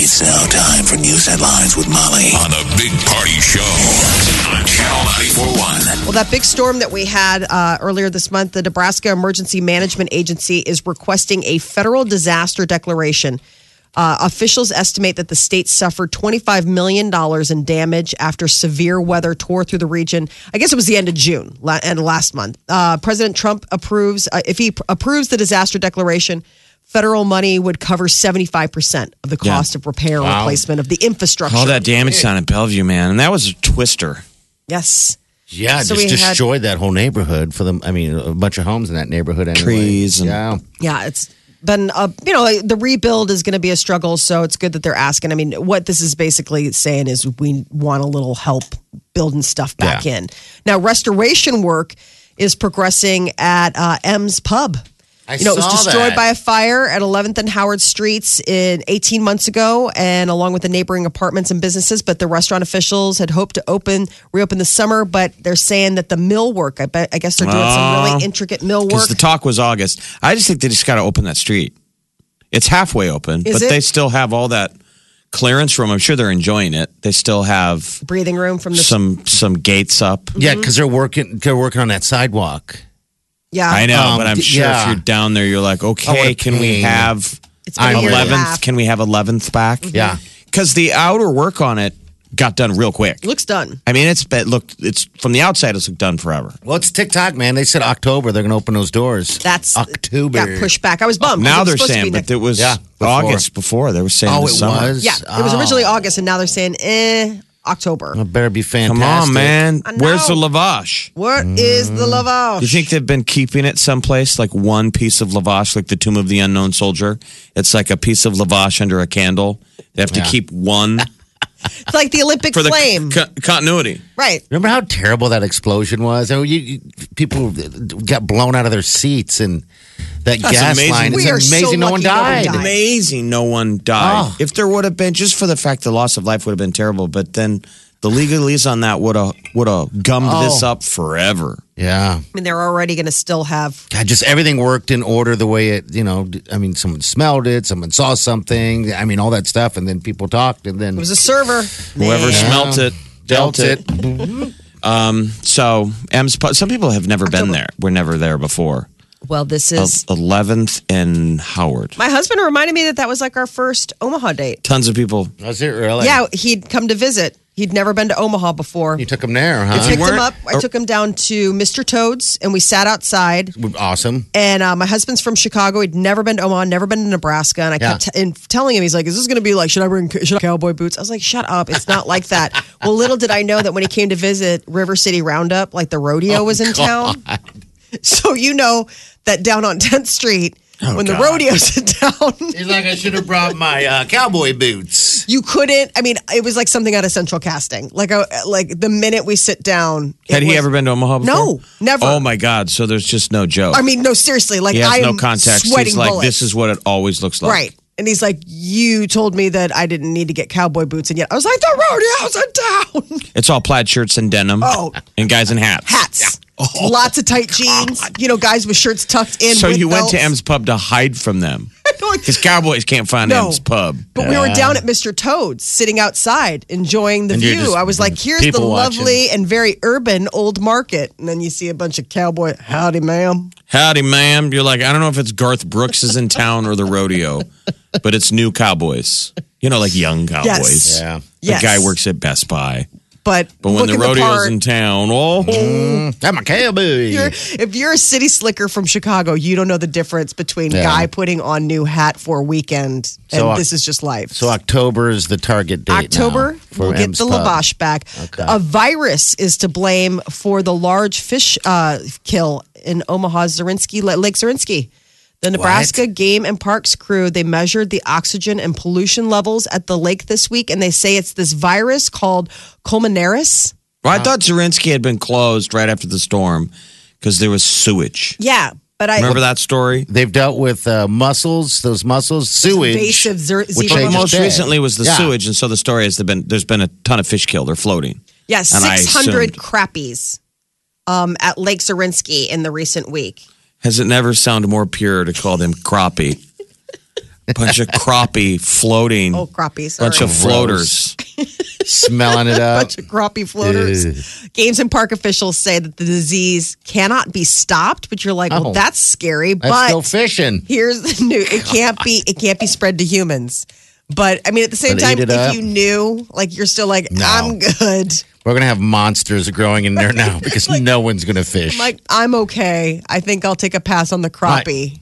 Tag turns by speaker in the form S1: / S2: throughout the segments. S1: It's now time for news headlines with Molly on a big party show on Channel 941.
S2: Well, that big storm that we had uh, earlier this month, the Nebraska Emergency Management Agency is requesting a federal disaster declaration. Uh, officials estimate that the state suffered $25 million in damage after severe weather tore through the region. I guess it was the end of June la- and last month. Uh, President Trump approves, uh, if he pr- approves the disaster declaration, federal money would cover 75% of the
S3: Yeah.
S2: cost of repair and
S3: Wow.
S2: replacement of the infrastructure.
S3: All that damage down in Bellevue, man. And that was a twister.
S2: Yes.
S4: Yeah,
S2: So
S4: just
S2: we had-
S4: destroyed that whole neighborhood for them. I mean, a bunch of homes in that neighborhood. Anyway.
S3: Trees and-
S4: yeah,
S2: Yeah, it's been a you know the rebuild is going to be a struggle, so it's good that they're asking. I mean, what this is basically saying is we want a little help building stuff back
S4: Yeah.
S2: in. Now, restoration work is progressing at uh, M's Pub.
S4: I
S2: you know, it was
S4: saw
S2: destroyed
S4: that.
S2: by a fire at 11th and Howard Streets in 18 months ago, and along with the neighboring apartments and businesses. But the restaurant officials had hoped to open, reopen this summer, but they're saying that the mill work. I bet, I guess they're doing some really
S3: Oh.
S2: intricate mill work.
S3: Because the talk was August. I just think they just got to open that street. It's halfway open,
S2: Is
S3: but
S2: it?
S3: they still have all that clearance room. I'm sure they're enjoying it. They still have
S2: breathing room from the
S3: some some gates up.
S4: yeah, because they're working. They're working on that sidewalk.
S2: Yeah,
S3: I know,
S4: Um,
S3: but I'm
S4: d-
S3: sure
S4: yeah.
S3: if you're down there, you're like, okay,
S4: what a
S3: can we
S4: pain.
S3: have
S2: It's been a
S4: I'm
S2: year and a
S3: 11th?
S2: half.
S3: Can we have 11th back?
S4: Yeah.
S3: Because the outer work on it got done real quick.
S2: Looks done.
S3: I mean, it's it looked it's from the outside, it's looked done forever.
S4: Well, it's TikTok, man. They said October they're going to open those doors.
S2: That's
S4: October.
S2: Got pushed back. I was bummed. It
S3: Now
S2: was
S3: they're
S2: supposed to be
S3: saying, but
S2: next-
S3: it was
S4: Yeah, before.
S3: August before. They were saying
S4: Oh,
S3: the
S4: it
S3: summer.
S4: was.
S2: yeah, it was
S4: Oh.
S2: originally
S3: uh,
S2: August, and now they're saying eh, October.
S4: It better be fantastic.
S3: Come on, man.
S2: I know.
S3: Where's the lavash?
S2: What is the lavage?
S3: Do Mm. you think they've been keeping it someplace, like one piece of lavash, like the Tomb of the Unknown Soldier? It's like a piece of lavash under a candle. They have to
S4: Yeah.
S3: keep one
S2: it's like the Olympic
S3: for the
S2: flame,
S3: co- continuity.
S2: right?
S4: Remember how terrible that explosion was? I mean, you, you, people got blown out of their seats and that
S3: That's
S4: gas
S3: amazing.
S4: line.
S3: We
S4: it's
S2: are so
S4: amazing no one
S2: lucky no one
S4: died.
S2: died.
S3: Amazing, no one died.
S4: Oh.
S3: If there would have been, just for the fact the loss of life would have been terrible, but then the legalese on that would have would have gummed this
S4: Oh.
S3: up forever.
S4: Yeah.
S2: I mean, they're already going to still have.
S4: God, just everything worked in order the way it, you know, d- I mean, someone smelled it, someone saw something, I mean, all that stuff. And then people talked and then
S2: It was a server.
S3: Whoever
S2: Man.
S3: smelt it, dealt it. So, M's, Pub- some people have never been there. We're never there before.
S2: Well, this
S3: Oh.
S2: is.
S3: Eleventh and Howard.
S2: My husband reminded me that that was like our first Omaha date.
S3: Tons of people.
S4: Was it really?
S2: Yeah, he'd come to visit. He'd never been to Omaha before.
S4: You took them there, huh?
S2: Picked him
S3: weren't-
S2: up. I took him down to Mr. Toad's, and we sat outside.
S4: awesome.
S2: And uh, my husband's from Chicago. He'd never been to Omaha, never been to Nebraska. And I
S4: Yeah.
S2: kept t- and telling him, he's like, "Is this going to be like? Should I bring should I cowboy boots?" I was like, "Shut up! It's not like that." well, little did I know that when he came to visit River City Roundup, like the
S3: Oh,
S2: rodeo was in town. So you know that down on 10th Street,
S3: Oh,
S2: when the rodeo's in town,
S4: He's like, I should have brought my uh, cowboy boots.
S2: you couldn't. I mean, it was like something out of Central Casting. Like a like the minute we sit down, it
S3: Had he
S2: was-
S3: ever been to Omaha before?
S2: No, never.
S3: Oh my God. So there's just no joke.
S2: I mean, no, seriously. Like
S3: he has
S2: I
S3: no
S2: am
S3: context.
S2: Sweating
S3: He's like,
S2: bullets.
S3: this is what it always looks like.
S2: Right. And he's like, You told me that I didn't need to get cowboy boots. And yet I was like, The rodeo's in town.
S3: It's all plaid shirts and denim.
S2: Oh.
S3: And guys in hats. Oh,
S2: Hats. Lots of tight jeans. You know, guys with shirts tucked in.
S3: So
S2: with
S3: you went to
S2: belts.
S3: M's Pub to hide from them.
S2: Like,
S3: Because cowboys can't find
S2: No.
S3: M's Pub.
S2: But we were down at Mr. Toad's, sitting outside, enjoying the
S4: And you're
S2: view.
S4: just
S2: I was like, here's the
S4: people watching.
S2: lovely and very urban old market. And then you see a bunch of cowboy, howdy, ma'am.
S3: Howdy, ma'am. You're like, I don't know if it's Garth Brooks is in town or the rodeo, but it's new cowboys. You know, like young cowboys.
S4: Yeah.
S3: The
S2: Yes.
S3: guy works at Best Buy.
S2: But,
S3: But when
S2: look
S3: the
S2: in
S3: rodeo's
S2: part,
S3: in town, oh,
S4: I'm a cowboy.
S2: you're- if you're a city slicker from Chicago, you don't know the difference between
S4: Yeah.
S2: guy putting on new hat for a weekend and
S4: So, uh,
S2: this is just life.
S4: so October is the target date. now
S2: October,
S4: for
S2: we'll get
S4: M's
S2: the
S4: Pub.
S2: lavash back. A virus is to blame for the large fish uh, kill in Omaha's Zarinsky, Lake Zarinsky. The Nebraska Game and Parks crew, they measured the oxygen and pollution levels at the lake this week, and they say it's this virus called Colmenares.
S3: Well, I thought Zerinsky had been closed right after the storm because there was sewage.
S2: Yeah, but I
S3: Remember that story?
S4: They've dealt with uh, mussels, those mussels, sewage.
S2: invasive zer-
S4: which
S2: zebra
S4: they
S3: But
S4: just
S2: mussels.
S3: most
S4: did.
S3: recently was the
S4: Yeah.
S3: sewage, and so the story is there've been there's been a ton of fish killed. They're floating.
S2: Yeah,
S3: And I
S2: 600
S3: assumed-
S2: crappies um, at Lake Zerinsky in the recent week.
S3: Has it never sounded more pure to call them crappie? Bunch of crappie floating.
S2: Oh, crappies.
S3: bunch
S2: All
S3: of
S2: right.
S3: floaters.
S4: Smelling it up.
S2: bunch of crappie floaters. Games and park officials say that the disease cannot be stopped, but you're like, well,
S4: Oh.
S2: that's scary.
S4: That's
S2: but
S4: still fishing.
S2: here's the new it can't be it can't be spread to humans. But I mean at the same
S4: But
S2: time,
S4: eat
S2: if
S4: it up.
S2: you knew, like you're still like, I'm good.
S4: We're gonna have monsters growing in there now because no one's gonna fish.
S2: Like, I'm okay. I think I'll take a pass on the crappie.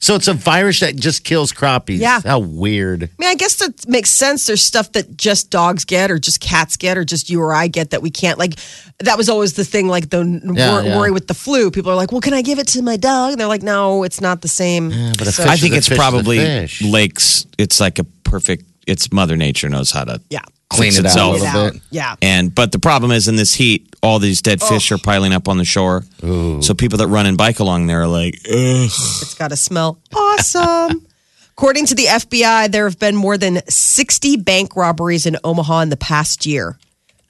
S4: so it's a virus that just kills crappies.
S2: Yeah.
S4: How weird.
S2: I mean, I guess that makes sense. There's stuff that just dogs get, or just cats get, or just you or I get that we can't. Like, that was always the thing. Like the n-
S4: Yeah,
S2: wor-
S4: yeah.
S2: worry with the flu. People are like, "Well, can I give it to my dog?" And they're like, "No, it's not the same."
S4: but a
S3: I
S4: fish
S3: think
S4: is a
S3: it's
S4: fish is a
S3: probably
S4: fish.
S3: lakes. It's like a perfect. It's Mother Nature knows how to
S2: Yeah.
S4: Clean
S3: fix
S4: it out a
S3: itself.
S4: little
S2: Get out.
S4: bit.
S2: Yeah.
S3: And but the problem is in this heat, all these dead
S2: Oh.
S3: fish are piling up on the shore. So people that run and bike along there are like, ugh.
S2: It's got to smell awesome. According to the FBI, there have been more than 60 bank robberies in Omaha in the past year.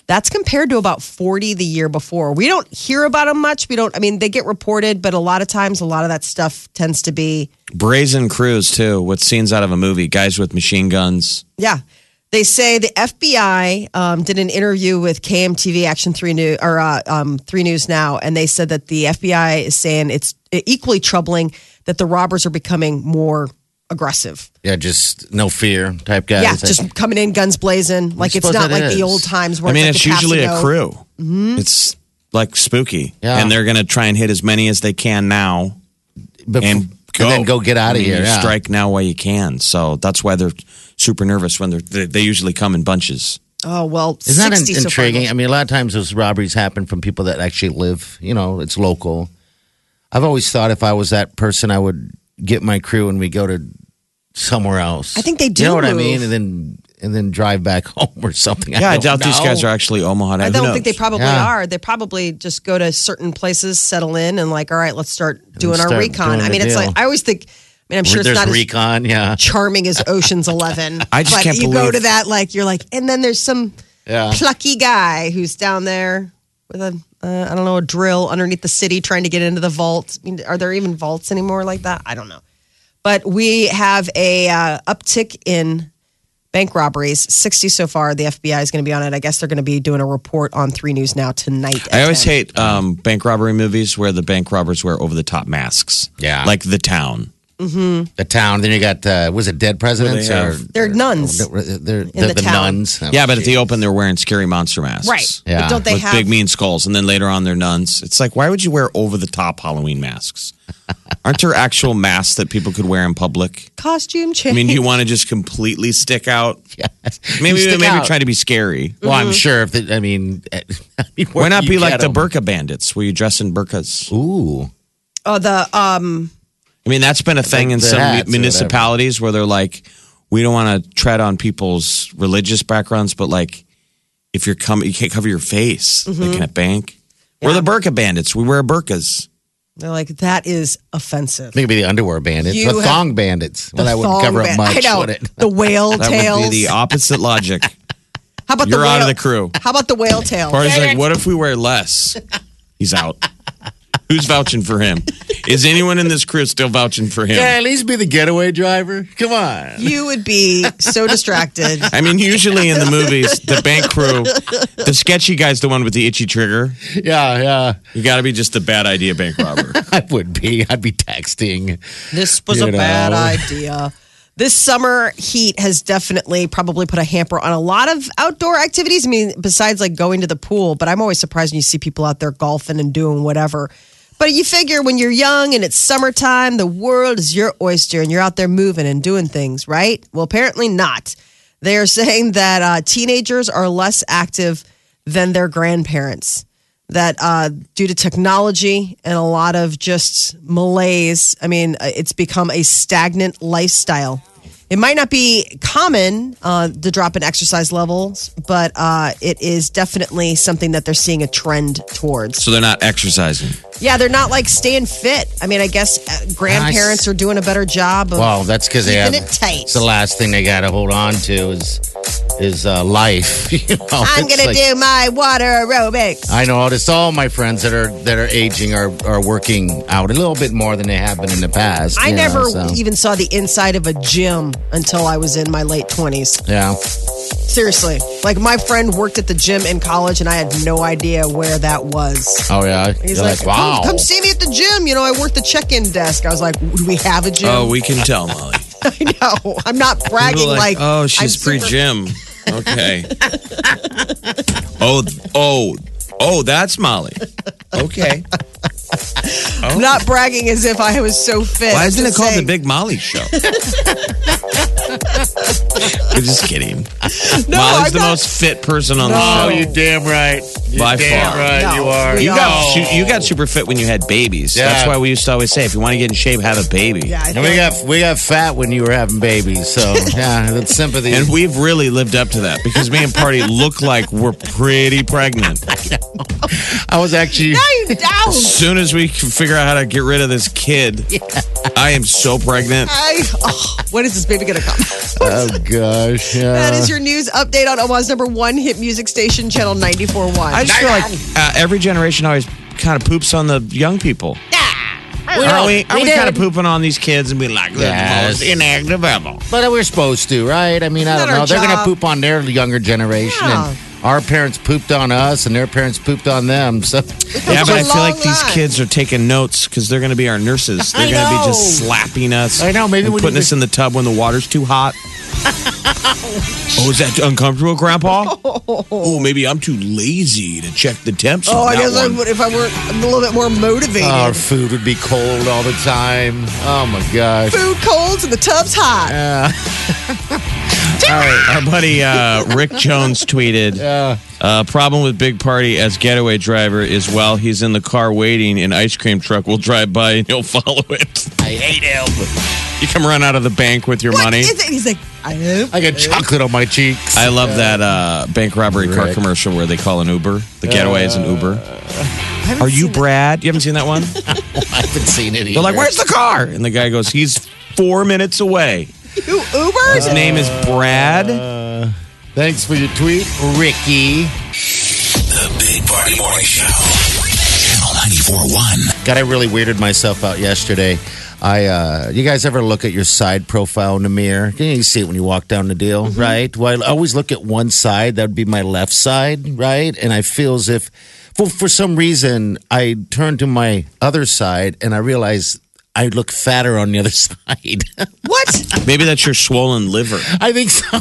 S2: That's compared to about 40 the year before. We don't hear about them much. We don't, I mean, they get reported, but a lot of times, a lot of that stuff tends to be,
S3: brazen crews too. With scenes out of a movie, guys with machine guns.
S2: yeah. They say the FBI um, did an interview with KMTV Action 3 News or uh, um, 3 News Now, and they said that the FBI is saying it's equally troubling that the robbers are becoming more aggressive.
S4: Yeah, just no fear type guys.
S2: yeah, just coming in guns blazing. Like it's
S4: suppose
S2: not
S4: that
S2: like the
S4: is.
S2: old times where
S3: I mean,
S2: it's,
S3: it's
S2: like Mm-hmm. the
S3: usually a
S2: Paso.
S3: crew. It's like spooky,
S4: Yeah.
S3: and they're going to try and hit as many as they can now,
S4: Bef-
S3: and go.
S4: then go get out of
S3: I mean,
S4: here.
S3: you
S4: yeah.
S3: Strike now while you can. So that's why they're super nervous when they're they, they usually come in bunches.
S2: Oh well,
S4: Isn't that
S2: 60
S4: in- intriguing?
S2: So
S4: I mean, a lot of times those robberies happen from people that actually live, you know, it's local. I've always thought if I was that person, I would get my crew and we go to somewhere else.
S2: I think they do
S4: You know what I
S2: move.
S4: mean? And then and then drive back home or something.
S3: Yeah, I,
S4: don't
S3: doubt these
S4: know.
S3: guys are actually Omaha.
S2: I
S3: Who
S2: don't
S3: knows?
S2: think they probably
S4: Yeah.
S2: are. They probably just go to certain places, settle in, and like, all right, let's start doing our
S4: start
S2: recon.
S4: doing
S2: I mean,
S4: the
S2: it's
S4: deal.
S2: like I always think. I mean, I'm sure it's
S4: There's
S2: not as
S4: recon. Yeah,
S2: charming as Ocean's Eleven.
S3: I just
S2: but
S3: can't
S2: you go
S3: believe-
S2: to that like you're like, and then there's some
S4: Yeah.
S2: plucky guy who's down there with a uh, I don't know a drill underneath the city trying to get into the vault. I mean, are there even vaults anymore like that? I don't know. But we have a uh, uptick in bank robberies, sixty so far. The FBI is going to be on it. I guess they're going to be doing a report on Three News Now tonight. at
S3: I always
S2: 10.
S3: hate um, bank robbery movies where the bank robbers wear over the top masks.
S4: Yeah.
S3: like the town.
S4: the town. Then you got uh, was it dead presidents
S3: Where
S4: or
S3: they have-
S2: They're nuns.
S4: they're, uh, they're,
S2: the
S4: they're the
S2: town.
S4: nuns?
S3: yeah, but at the open they're wearing scary monster masks.
S2: Right.
S4: Yeah.
S2: But don't they
S3: with
S2: have
S3: big mean skulls, and then later on they're nuns. It's like, why would you wear over the top Halloween masks? Aren't there actual masks that people could wear in public?
S2: costume change?
S3: I mean, do you want to just completely stick out?
S4: You
S3: Maybe
S4: stick
S3: maybe
S4: out.
S3: try to be scary.
S2: Mm-hmm.
S4: Well, I'm sure if it, I mean, I mean,
S3: Why
S4: where
S3: not
S4: do
S3: be
S4: you
S3: like
S4: get
S3: the
S4: 'em?
S3: burqa bandits, where you dress in burqas?
S4: Ooh,
S2: oh, the um.
S3: I mean, that's been a thing in
S4: the
S3: some
S4: hats or
S3: municipalities where they're like, we don't want to tread on people's religious backgrounds, but like, if you're coming, you can't cover your face
S4: Mm-hmm.
S3: like in a bank. We're the burqa bandits. We wear burqas.
S2: They're like that is offensive.
S4: I think it'd be the underwear bandits,
S2: You
S4: the
S2: have-
S4: thong bandits. Well,
S2: The
S4: that wouldn't
S2: thong
S4: cover up
S2: band-
S4: much,
S2: I know.
S4: would it?
S2: The whale
S3: That
S2: tails.
S3: would be the opposite logic.
S2: how about
S3: You're
S2: the whale,
S3: out of the crew.
S2: How about the whale tail?
S3: Party's like, what if we wear less? He's out. Who's vouching for him? Is anyone in this crew still vouching for him?
S4: Yeah, at least be the getaway driver. Come on.
S2: You would be so distracted.
S3: I mean, usually in the movies, the bank crew, the sketchy guy's the one with the itchy trigger.
S4: Yeah, yeah.
S3: You got to be just the bad idea bank robber.
S4: I would be. I'd be texting.
S2: This was
S4: You
S2: a bad
S4: know.
S2: idea. This summer heat has definitely probably put a hamper on a lot of outdoor activities. I mean, besides like going to the pool, but I'm always surprised when you see people out there golfing and doing whatever. But you figure when you're young and it's summertime, the world is your oyster and you're out there moving and doing things, right? Well, apparently not. They are saying that uh, teenagers are less active than their grandparents. that uh, due to technology and a lot of just malaise, I mean, uh, it's become a stagnant lifestyle. It might not be common uh, to drop in exercise levels, but uh, it is definitely something that they're seeing a trend towards.
S3: So they're not exercising.
S2: Yeah, they're not like staying fit. I mean, I guess uh, grandparents are doing a better job of
S4: Wow, that's because they have.
S2: keeping it tight.
S4: It's the last thing they got to hold on to is is uh, life. You know,
S2: I'm
S4: It's
S2: gonna
S4: like-
S2: do my water aerobics.
S4: I know it's all my friends that are that are aging are are working out a little bit more than they have been in the past.
S2: I
S4: you know,
S2: never
S4: so,
S2: even saw the inside of a gym until I was in my late 20s.
S4: yeah.
S2: Seriously. Like, my friend worked at the gym in college, and I had no idea where that was.
S4: Oh yeah.
S2: He's
S4: You're
S2: like,
S4: like, wow.
S2: come, come see me at the gym. You know, I work the check in desk. I was like, do we have a gym?
S3: Oh, we can tell, Molly.
S2: I know. I'm not bragging.
S3: People are
S2: like,
S3: oh,
S2: I'm
S3: she's
S2: super-
S3: pre gym. Okay. oh, th- oh, oh, that's Molly. Okay.
S2: I'm not bragging as if I was so fit.
S3: Why
S2: I'm
S3: isn't it
S2: just
S3: called
S2: saying-
S3: the Big Molly Show? I'm just kidding.
S2: No,
S3: Molly's
S2: I'm
S3: the
S2: not-
S3: most fit person on
S2: No.
S3: the
S4: Oh,
S3: show.
S4: you damn right. You're
S3: By
S4: damn
S3: far.
S4: right.
S2: No,
S4: you are.
S2: we
S3: You
S2: No.
S3: got su- you got super fit when you had babies. That's
S4: Yeah.
S3: why we used to always say, if you want to get in shape, have a baby.
S2: Yeah, I
S4: And we
S2: think-
S4: got we got fat when you were having babies, so yeah, that's sympathy.
S3: And we've really lived up to that because me and Party look like we're pretty pregnant.
S4: I was actually
S2: No, you don't.
S3: As soon as we can figure out how to get rid of this kid, I am so pregnant.
S2: I, oh, when is this baby going to come?
S4: oh gosh, yeah.
S2: That is your news update on Omaha's number one hit music station, Channel 94.1.
S3: I just feel like uh, every generation always kind of poops on the young people. Are we, are we, kind of pooping on these kids and be like, they're the
S4: Yes.
S3: most inactive ever?
S4: But we're supposed to, right? I mean, I
S2: It's
S4: don't
S2: not
S4: know.
S2: our
S4: They're going
S2: job.
S4: to poop on their younger generation,
S2: Yeah.
S4: and our parents pooped on us, and their parents pooped on them. So
S3: Yeah,
S2: Those
S3: but
S2: are
S3: I feel
S2: long
S3: like these
S2: lines.
S3: kids are taking notes because they're going to be our nurses. They're
S4: I
S3: going to be
S4: know.
S3: just slapping us.
S4: I know, maybe
S3: and
S4: we
S3: putting
S4: need
S3: us in the tub when the water's too hot. oh, is that uncomfortable, Grandpa? oh, maybe I'm too lazy to check the temps.
S2: oh,
S3: on
S2: I
S3: that
S2: guess I
S3: one.
S2: would, if I were a little bit more motivated.
S4: our food would be cold all the time. Oh my gosh.
S2: Food colds and the tub's hot.
S3: All right, our buddy uh, Rick Jones tweeted: uh, "Problem with Big Party as getaway driver is while he's in the car waiting, an ice cream truck will drive by and he'll follow it.
S4: I hate him.
S3: You come run out of the bank with your
S2: What
S3: money.
S2: is it? He's like, I hope.
S4: I got chocolate on my cheeks.
S3: I love that uh, bank robbery car
S4: Rick. Uh,
S3: commercial where they call an Uber. The getaway is an Uber. Are you Brad? You haven't seen that one?
S4: I haven't seen it.
S3: They're like, "Where's the car?" And the guy goes, "He's four minutes away.
S2: You Ubers?
S4: Uh,
S3: His name is Brad."
S4: Thanks for your tweet, Ricky.
S1: The Big Party Morning Show. Channel 94.1.
S4: God, I really weirded myself out yesterday. I, uh, you guys ever look at your side profile in the mirror? You, know, you see it when you walk down the deal, right? Well, I always look at one side. That would be my left side, right? And I feel as if, well, for some reason, I turn to my other side and I realize I look fatter on the other side.
S2: what?
S3: Maybe that's your swollen liver.
S4: I think so.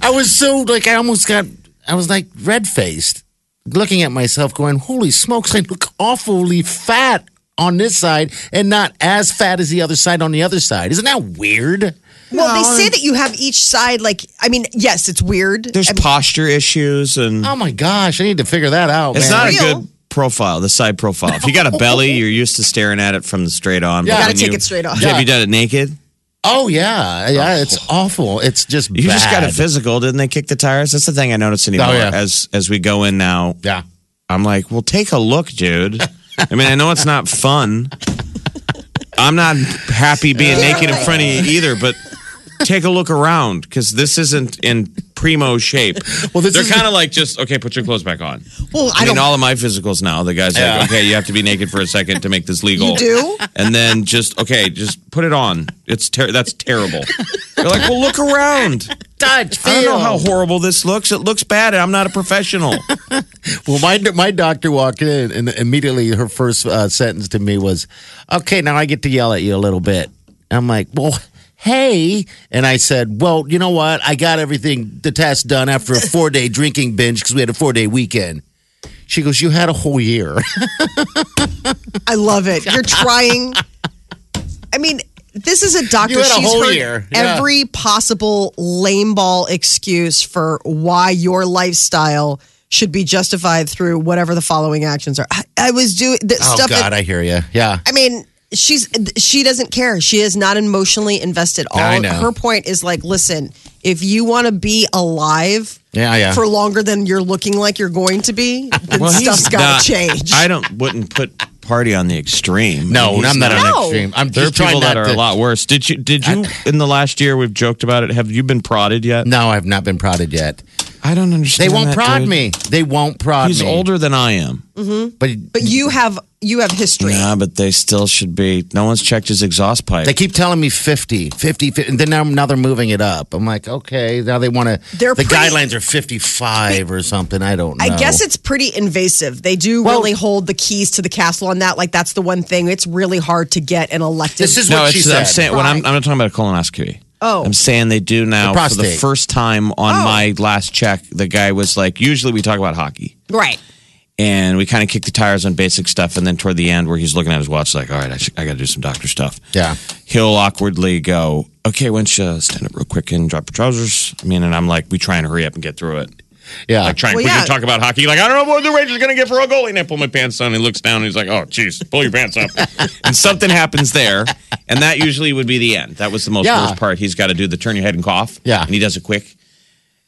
S4: I was so like I almost got I was like red faced looking at myself going, Holy smokes, I look awfully fat on this side and not as fat as the other side on the other side. Isn't that weird?
S2: Well, they say that you have each side, like, I mean, yes, it's weird.
S3: There's
S2: I mean,
S3: posture issues and.
S4: Oh my gosh, I need to figure that out.
S3: It's
S4: man.
S3: not
S2: Real.
S3: a good profile, the side profile. If you got a belly, you're used to staring at it from the straight on. but
S4: You gotta
S3: when
S2: take it straight off.
S3: Have you done it naked?
S4: Oh yeah. Yeah, it's awful. It's just
S3: You just got a
S4: bad.
S3: physical, didn't they kick the tires? That's the thing I notice anymore.
S4: Oh, yeah.
S3: As as we go in now,
S4: Yeah.
S3: I'm like, well, take a look, dude. I mean, I know it's not fun. I'm not happy being naked in front of you either, but take a look around because this isn't in primo shape.
S4: Well, this
S3: They're
S4: is-
S3: kind of like just okay, put your clothes back on.
S2: well, I,
S3: I, mean,
S2: don't.
S3: all of my physicals now, the guy's
S4: Yeah.
S3: like, okay, you have to be naked for a second to make this legal.
S2: You do?
S3: And then just, okay, just put it on. It's ter- That's terrible. You're like, well, look around.
S4: Touch,
S3: I don't know
S4: feel.
S3: how horrible this looks. It looks bad. and I'm not a professional.
S4: Well, my my doctor walked in, and immediately her first uh, sentence to me was, "Okay, now I get to yell at you a little bit." I'm like, "Well, hey," and I said, "Well, you know what? I got everything the test done after a four day drinking binge because we had a four day weekend." She goes, "You had a whole year."
S2: I love it. You're trying. I mean, This is a doctor.
S4: You had a
S2: She's
S4: whole
S2: heard
S4: year. Yeah.
S2: every possible lame ball excuse for why your lifestyle should be justified through whatever the following actions are. I, I was doing the
S4: Oh
S2: stuff.
S4: God,
S2: that,
S4: I hear you. Yeah.
S2: I mean, she's she doesn't care. She is not emotionally invested. All
S4: I know.
S2: her point is like, listen, if you want to be alive.
S4: Yeah, yeah.
S2: For longer than you're looking like you're going to be, then
S3: Well, he's
S2: stuff's got
S3: not-
S2: to change.
S3: I don't wouldn't put party on the extreme.
S4: No,
S3: He's
S4: I'm not,
S2: not-
S4: on
S2: No.
S4: extreme. I'm
S3: There are
S4: just trying
S3: people that
S4: not
S3: are
S4: to-
S3: a lot worse. Did you? Did you? in the last year, we've joked about it. Have you been prodded yet?
S4: No, I've not been prodded yet.
S3: I don't
S4: They
S3: understand.
S4: won't
S3: that,
S4: prod
S3: dude.
S4: me. They won't prod
S3: He's
S4: me.
S3: older than I am.
S4: but
S2: but you have you have history.
S3: Yeah, but they still should be. No one's checked his exhaust pipe.
S4: they keep telling me 50, 50, 50 and then now, now they're moving it up. I'm like, okay, now they want to.
S2: They're
S4: the
S2: pretty-
S4: guidelines are 55 or something. I don't know.
S2: I guess it's pretty invasive. They do really hold the keys to the castle on that. Like that's the one thing. It's really hard to get an elected.
S4: This is
S3: no,
S4: what
S3: it's,
S4: she said.
S3: I'm saying when I'm, I'm not talking about a colonoscopy.
S2: Oh.
S3: I'm saying they do now
S4: The
S3: for the
S4: prostate.
S3: first time on my last check. The guy was like, usually we talk about hockey.
S2: right.
S3: and we kind of kicked the tires on basic stuff. And then toward the end, where he's looking at his watch, like, all right, I, sh- I got to do some doctor stuff.
S4: Yeah.
S3: He'll awkwardly go, okay, why don't you stand up real quick and drop your trousers? I mean, and I'm like, we try and hurry up and get through it.
S4: yeah.
S3: Like, trying,
S2: Well,
S3: we
S2: yeah.
S3: can talk about hockey. Like, I don't know what the Rangers are going to get for a goalie. And I pull my pants down. And he looks down and he's like, oh, jeez, pull your pants up. and something happens there. And that usually would be the end. That was the most
S4: Yeah.
S3: worst part. He's got to do the turn your head and cough.
S4: Yeah.
S3: And he does it quick.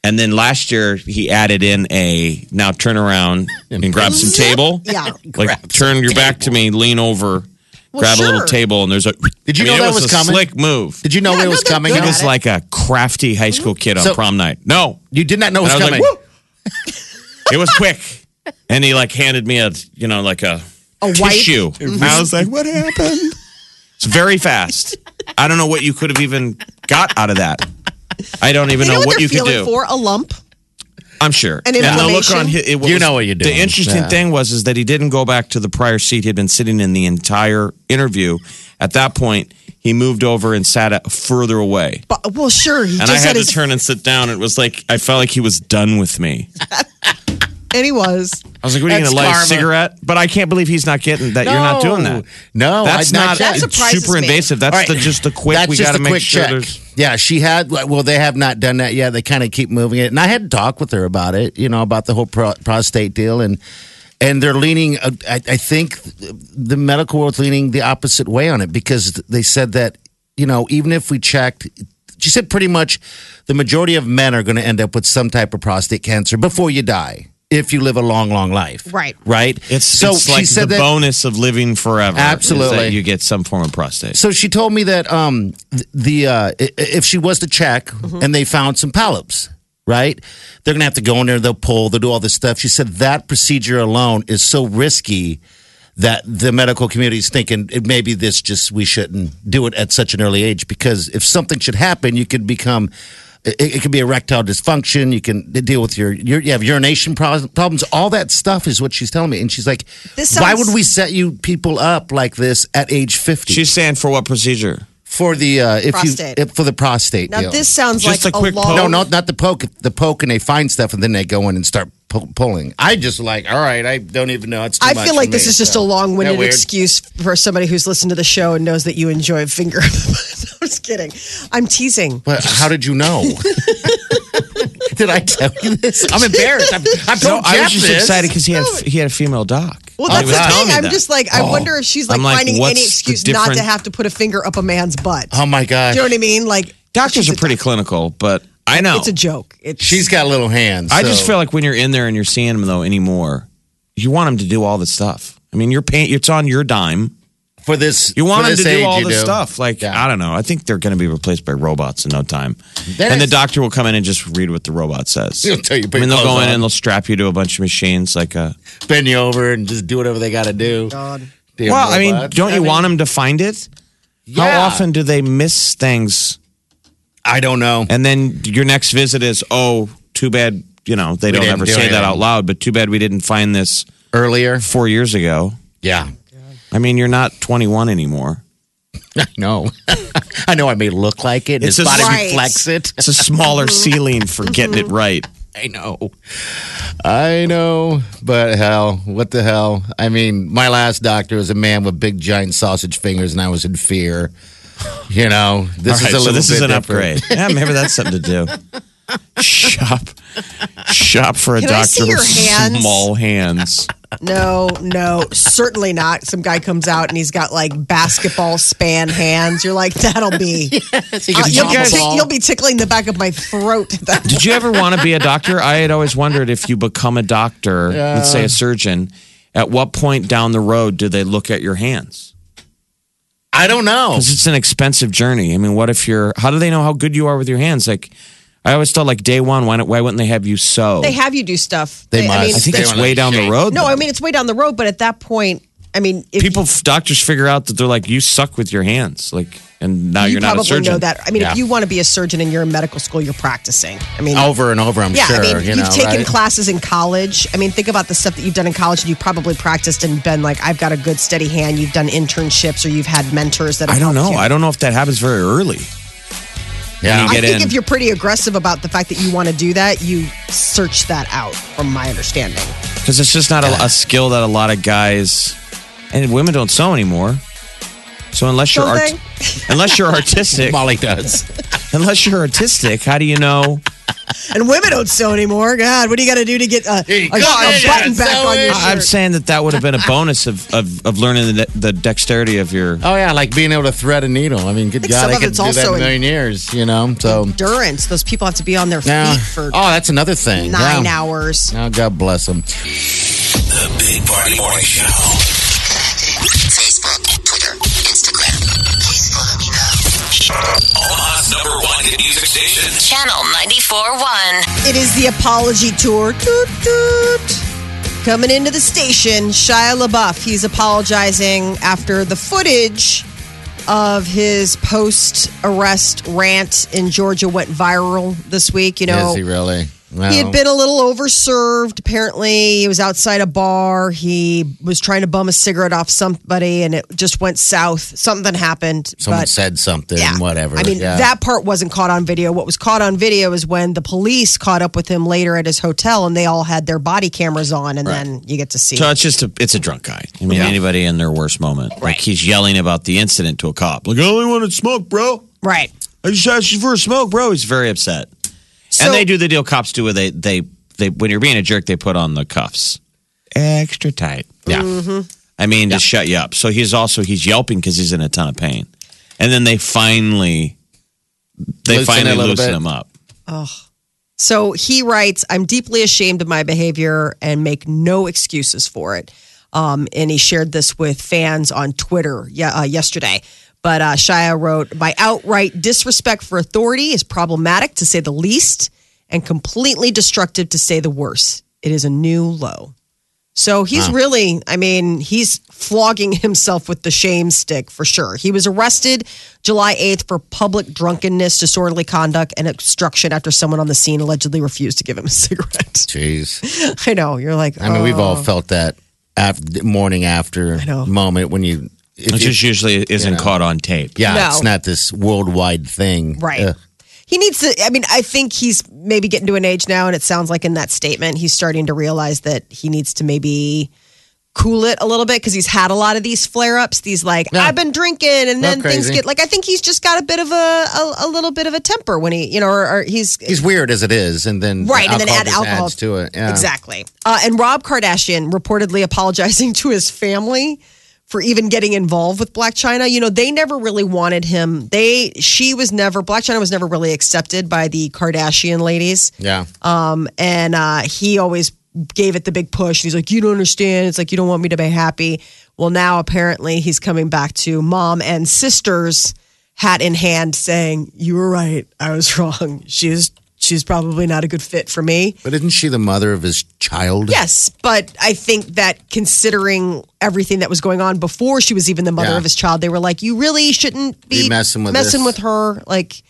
S3: And then last year, he added in a now turn around and grab some table
S2: Yeah.
S3: like turn your back to me, lean over,
S2: Well,
S3: grab a little
S2: sure.
S3: table, and there's a.
S4: Did you
S3: I mean,
S4: know
S3: it
S4: that was
S3: a
S4: coming?
S3: Slick move.
S4: Did you know
S2: Yeah,
S4: it
S2: no,
S4: was
S2: they're
S4: coming?
S2: good
S3: He
S2: you
S3: was
S2: at it?
S3: like a crafty high school kid on
S4: So-
S3: prom night. No,
S4: You did not know it was
S3: And I was
S4: coming.
S3: like, it was quick, and he like handed me a you know like a
S2: A wipe?
S3: tissue. I was like, what happened? It's very fast. I don't know what you could have even got out of that. I don't even
S2: You know,
S3: know,
S2: what
S3: what
S2: they're
S3: you could
S2: feeling
S3: do.
S2: for? A lump.
S3: I'm sure.
S2: An
S3: And the look
S2: inflammation?
S3: on his, it
S4: You know what you're doing.
S3: The interesting
S4: Yeah.
S3: thing was is that he didn't go back to the prior seat he'd been sitting in the entire interview. At that point, he moved over and sat a- further away.
S2: But, well, sure. He
S3: And
S2: just
S3: I had to
S2: his,
S3: turn and sit down. It was like I felt like he was done with me.
S2: and he was.
S3: I was like, "What are you
S4: That's
S3: going to light a
S4: karma.
S3: cigarette?" But I can't believe he's not getting that. You're not doing that.
S4: No,
S3: that's
S4: I'd
S3: not.
S4: not check.
S3: it's
S2: That surprises
S3: super
S2: me.
S3: invasive. That's
S4: All right.
S3: the, just the quick.
S4: That's
S3: we
S4: just
S3: got to
S4: a
S3: make
S4: quick
S3: sure
S4: check.
S3: there's.
S4: Yeah, she had. Well, they have not done that yet. They kind of keep moving it, and I had to talk with her about it. You know about the whole pro- prostate deal, and and they're leaning. uh, I, I think the medical world's leaning the opposite way on it because they said that you know even if we checked. She said pretty much the majority of men are going to end up with some type of prostate cancer before you die if you live a long, long life.
S2: Right.
S4: Right.
S3: It's so it's like the bonus of living forever. is that
S4: Absolutely.
S3: you get some form of prostate.
S4: So she told me that um, th- the uh, i- if she was to check and they found some polyps, right? They're gonna have to go in there. They'll pull. They'll do all this stuff. She said that procedure alone is so risky that the medical community is thinking it maybe this just we shouldn't do it at such an early age because if something should happen, you could become. It, it could be erectile dysfunction. You can deal with your, your you have urination pros- problems. All that stuff is what she's telling me, and she's like,
S2: This
S4: "Why
S2: sounds-
S4: would we set you people up like this at age fifty?
S3: She's saying for what procedure?
S4: for the uh, if
S2: Prostate.
S4: you if, for the prostate.
S2: Now
S4: deal.
S2: this sounds
S3: Just
S2: like
S3: a quick
S2: long.
S4: no, no, not the poke. The poke, and they find stuff, and then they go in and start pu- pulling. I just like, all right, I don't even know. It's too
S2: I
S4: much
S2: feel
S4: for
S2: like this
S4: me,
S2: is just
S4: so.
S2: a long-winded
S4: Isn't that weird?
S2: excuse for somebody who's listened to the show and knows that you enjoy finger. I'm just kidding. I'm teasing.
S4: But how did you know? did I tell you this? I'm embarrassed. I'm, I'm
S3: No,
S4: told
S3: I
S4: Jeff
S3: was just
S4: this.
S3: excited because he had he had a female doc.
S2: Well,
S4: Oh,
S2: that's
S3: And Oh, he
S2: the
S3: was telling
S2: thing.
S3: me
S2: I'm
S3: that.
S2: just like, I wonder if she's like,
S3: I'm like,
S2: finding
S3: what's
S2: any
S3: the
S2: excuse not to
S3: different-
S2: have to put a finger up a man's butt.
S4: Oh my
S2: Do
S4: gosh,
S2: you know what I mean? Like
S3: doctors are pretty clinical, but I know
S2: It's a joke. It's
S4: she's got little hands.
S3: I
S4: so-
S3: just feel like when you're in there and you're seeing them though anymore, you want them to do all the stuff. I mean, you're paying. It's on your dime.
S4: for this.
S3: You want
S4: for
S3: them to
S4: this
S3: do
S4: age,
S3: all
S4: you
S3: the stuff. Like
S4: Yeah.
S3: I don't know. I think they're going to be replaced by robots in no time.
S4: That
S3: and
S4: is-
S3: the doctor will come in and just read what the robot says.
S4: He'll tell you,
S3: I
S4: put
S3: mean,
S4: your
S3: they'll go
S4: clothes
S3: in
S4: on.
S3: and they'll strap you to a bunch of machines. Like a
S4: Bend you over and just do whatever they got to do. God.
S3: well, I mean, don't you want them to find it? How
S4: Yeah.
S3: often do they miss things?
S4: I don't know.
S3: And then your next visit is, oh, too bad. You know, they don't
S4: didn't
S3: ever
S4: do
S3: say that
S4: anything.
S3: out loud, but too bad we didn't find this
S4: Earlier,
S3: four years ago.
S4: yeah.
S3: I mean, you're not 21 anymore.
S4: No, I know I may look like it.
S3: It's
S4: His
S3: a-
S4: body
S3: Right.
S4: reflects it.
S3: It's a smaller ceiling for getting it right.
S4: I know. I know. But hell, what the hell? I mean, my last doctor was a man with big, giant sausage fingers, and I was in fear. You know, this
S3: All
S4: is
S3: right,
S4: a little
S3: so this
S4: bit
S3: is an
S4: different.
S3: upgrade. Yeah, maybe that's something to do. Shop, shop for a
S2: Can I
S3: doctor
S2: see
S3: with
S2: your hands?
S3: small hands.
S2: No, no, certainly not. Some guy comes out and he's got like basketball span hands. You're like, that'll be.
S4: So you
S2: Uh,
S4: can
S2: you'll,
S4: jump
S2: be
S4: the
S2: tick-
S4: ball.
S2: you'll be tickling the back of my throat. at that
S3: Did you ever want to be a doctor? I had always wondered if you become a doctor, let's say a surgeon, at what point down the road do they look at your hands?
S4: I don't know.
S3: Because it's an expensive journey. I mean, what if you're? How do they know how good you are with your hands? Like, I always thought, like day one, why, not, why wouldn't they have you sew?
S2: They have you do stuff.
S4: They
S2: I
S4: must.
S2: mean,
S3: I think
S4: they
S3: that's
S4: wanna
S3: way down the
S4: shake.
S3: road.
S2: no,
S3: though.
S2: I mean it's way down the road, but at that point, I mean, if
S3: people doctors figure out that they're like you suck with your hands like and now
S2: you
S3: you are not a
S2: probably
S3: surgeon
S2: know that. I mean,
S4: Yeah.
S2: if you want to be a surgeon and you're in medical school, you're practicing. I
S3: Oh,
S2: mean,
S4: over and over, I'm
S2: yeah,
S4: sure.
S2: I mean,
S4: you know,
S2: have taken
S4: right?
S2: classes in college. I mean, think about the stuff that you've done in college, and you probably practiced and been like, I've got a good steady hand. You've done internships, or you've had mentors that. Have
S3: i don't
S2: helped you.
S3: know i don't know if that happens very early
S4: Yeah.
S3: You
S2: I
S3: get
S2: think
S3: in.
S2: if you're pretty aggressive about the fact that you want to do that, you search that out, from my understanding.
S3: because it's just not a, a skill that a lot of guys and women don't sew anymore so unless you're
S2: Don't
S3: art- unless you're artistic
S4: Molly does.
S3: unless you're artistic how do you know
S2: And women don't sew anymore. God, what do you got to do to get a,
S4: Hey,
S2: a-
S4: go
S2: a
S4: ahead,
S2: button back
S4: sew
S2: on your
S4: it.
S2: shirt?
S3: I- i'm saying that that would have been a bonus of, of, of learning the, the dexterity of your
S4: Oh yeah, like being able to thread a needle. I mean, good
S2: think
S4: God,
S2: some
S4: I
S2: of
S4: could
S2: it's
S4: do that in
S2: also
S4: a
S2: in-
S4: million years. You know, so
S2: endurance. Those people have to be on their feet
S4: yeah.
S2: for
S4: oh, that's another thing.
S2: nine
S4: yeah.
S2: hours.
S4: Oh, God bless them.
S1: The Big Party Morning Show.
S5: Facebook, Twitter, Instagram. Please follow me now.
S1: Omaha's number one hit music station.
S5: Channel 94.1.
S2: It is the apology tour. Toot, toot. Coming into the station, Shia LaBeouf. He's apologizing after the footage of his post arrest rant in Georgia went viral this week. You know,
S4: Is he really? Well,
S2: He had been a little overserved, apparently. He was outside a bar. He was trying to bum a cigarette off somebody, and it just went south. Something happened.
S4: Someone
S2: but,
S4: said something. Whatever.
S2: I mean,
S4: yeah.
S2: that part wasn't caught on video. What was caught on video is when the police caught up with him later at his hotel, and they all had their body cameras on, and then you get to see.
S3: So
S2: it.
S3: it's just a it's a drunk guy. I mean, anybody in their worst moment, like he's yelling about the incident to a cop, like I only wanted smoke, bro.
S2: Right.
S3: I just asked you for a smoke, bro. He's very upset,
S2: So-
S3: and they do the deal cops do where they they they when you're being a jerk, they put on the cuffs extra tight.
S4: yeah.
S3: I mean, to shut you up. So he's also he's yelping because he's in a ton of pain, and then they finally they
S4: Loosen
S3: finally
S4: a little
S3: loosen
S4: bit.
S3: him up.
S2: So he writes, I'm deeply ashamed of my behavior and make no excuses for it. Um, and he shared this with fans on Twitter ye- uh, yesterday. But uh, Shia wrote, My outright disrespect for authority is problematic to say the least and completely destructive to say the worst. It is a new low. So he's really, I mean, he's flogging himself with the shame stick for sure. He was arrested July 8th for public drunkenness, disorderly conduct, and obstruction after someone on the scene allegedly refused to give him a cigarette.
S4: Jeez.
S2: I know. You're like,
S4: I mean, we've all felt that after, morning after
S2: Oh. know.
S4: moment when you. If
S3: Which
S4: you-
S3: just usually isn't caught on tape.
S4: yeah,
S2: No.
S4: it's not this worldwide thing.
S2: Right.
S4: Ugh.
S2: He needs to. I mean, I think he's maybe getting to an age now, and it sounds like in that statement, he's starting to realize that he needs to maybe cool it a little bit because he's had a lot of these flare ups. These like
S4: Yeah.
S2: I've been drinking, and
S4: Well,
S2: then things
S4: crazy.
S2: get like I think he's just got a bit of a a, a little bit of a temper when he you know or, or he's
S4: He's weird as it is, and then
S2: right, and then add
S4: just
S2: alcohol
S4: adds to it. Yeah.
S2: Exactly. Uh, and Rob Kardashian reportedly apologizing to his family for even getting involved with Black China. You know, they never really wanted him. They, she was never Black China was never really accepted by the Kardashian ladies.
S4: Yeah.
S2: Um, and uh, he always gave it the big push. He's like, you don't understand. It's like you don't want me to be happy. Well, now apparently he's coming back to mom and sisters, hat in hand, saying, "You were right. I was wrong. She's she's probably not a good fit for me."
S4: But isn't she the mother of his child?
S2: Yes, but I think that considering everything that was going on before she was even the mother
S4: Yeah.
S2: of his child, they were like, "You really shouldn't be,
S4: Be messing with this."
S2: with her." Like,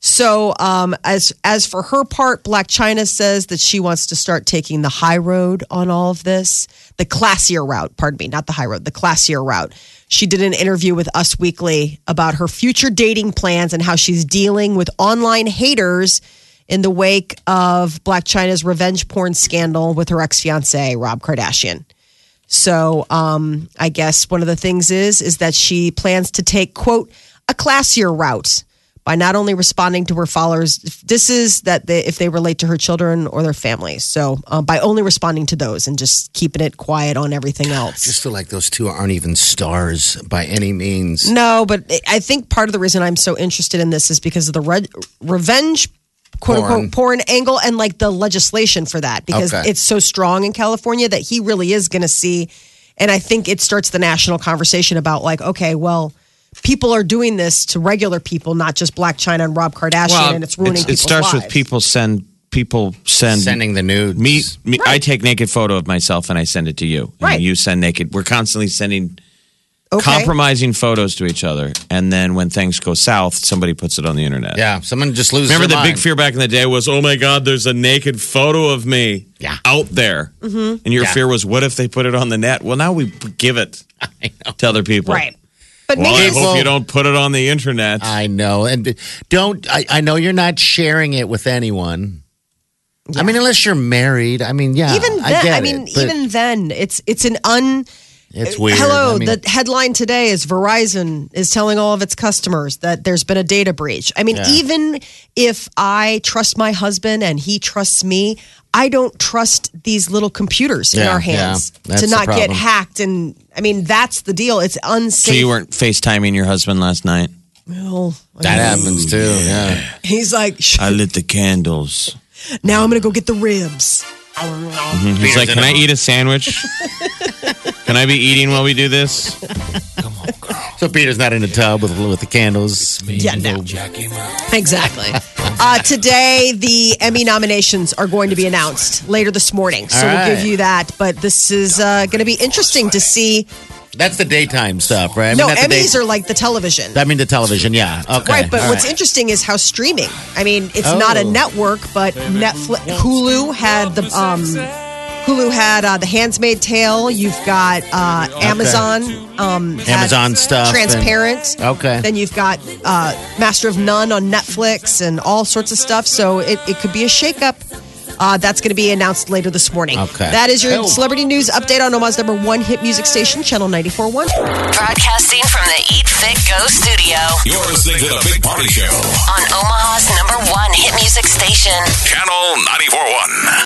S2: so um, as as for her part, Black China says that she wants to start taking the high road on all of this, the classier route. Pardon me, not the high road, the classier route. She did an interview with Us Weekly about her future dating plans and how she's dealing with online haters in the wake of Black China's revenge porn scandal with her ex fiance Rob Kardashian. So um, I guess one of the things is is that she plans to take quote a classier route by not only responding to her followers' disses that they, if they relate to her children or their families. So um, by only responding to those and just keeping it quiet on everything else.
S4: just feel like those two aren't even stars by any means.
S2: No, but I- I think part of the reason I'm so interested in this is because of the re- revenge quote unquote porn angle and like the legislation for that because
S4: Okay.
S2: it's so strong in California that he really is going to see. And I think it starts the national conversation about like, okay, well, people are doing this to regular people, not just Black China and Rob Kardashian, and it's ruining
S3: It's- it
S2: people's
S3: starts with
S2: lives.
S3: people send people
S2: Mm.
S3: send
S4: Sending the nudes.
S3: me, me I take naked photo of myself and I send it to you.
S2: Right.
S3: And you send naked. We're constantly sending
S2: Okay.
S3: compromising photos to each other and then when things go south somebody puts it on the internet.
S4: Yeah, someone just loses.
S3: Remember the
S4: their
S3: big
S4: mind.
S3: fear back in the day was, oh my God, there's a naked photo of me
S4: Yeah.
S3: out there. Mm-hmm. And your
S4: Yeah.
S3: fear was, what if they put it on the net? Well, now we give it to other people.
S2: Right. But
S3: Well, I
S2: maybe
S3: hope
S4: People- Uh,
S3: you don't put it on the internet.
S4: I know, and don't. I, I know you're not sharing it with anyone. I mean, unless you're married. I mean, yeah.
S2: even
S4: I,
S2: then,
S4: get
S2: I, mean,
S4: it, but
S2: even then, it's it's an un.
S4: it's weird.
S2: Hello,
S4: I mean,
S2: the headline today is Verizon is telling all of its customers that there's been a data breach. I mean,
S4: Yeah.
S2: even if I trust my husband and he trusts me, I don't trust these little computers in
S4: Yeah,
S2: our hands
S4: yeah. That's
S2: to
S4: the
S2: not get
S4: problem.
S2: hacked. And I mean, that's the deal. It's
S3: so
S2: unsafe.
S3: you weren't FaceTiming your husband last night?
S2: Well,
S4: that happens too. Yeah.
S2: he's like, "Shh,
S3: I lit the candles.
S2: now I'm going to go get the ribs.
S3: He's like, can I eat a sandwich? can I be eating while we do this?
S4: So Peter's not in the tub with with the candles.
S2: Yeah, no. Exactly. uh, today, the Emmy nominations are going to be announced later this morning. So
S4: All
S2: we'll give
S4: right.
S2: you that. But this is uh, going to be interesting to see.
S4: That's the daytime stuff, right? I
S2: No,
S4: mean, that's the
S2: Emmys
S4: day-
S2: are like the television.
S4: I mean, the television. Yeah. Okay.
S2: Right, but
S4: all
S2: what's interesting is how streaming. I mean, it's not a
S4: Oh.
S2: network, but Netflix, Hulu had the um, Hulu had uh, the Handsmaid Tale. You've got uh, Amazon, um, had
S4: Amazon stuff and-
S2: Transparent.
S4: Okay.
S2: then you've got uh, Master of None on Netflix and all sorts of stuff. So it, it could be a shakeup. Uh, that's going to be announced later this morning.
S4: Okay.
S2: That is
S4: Oh.
S2: your celebrity news update on Omaha's number one hit music station, Channel 94.1.
S5: Broadcasting from the Eat Fit Go studio
S1: You're listening to the Big Party Show.
S5: on Omaha's number one hit music station.
S1: Channel 941.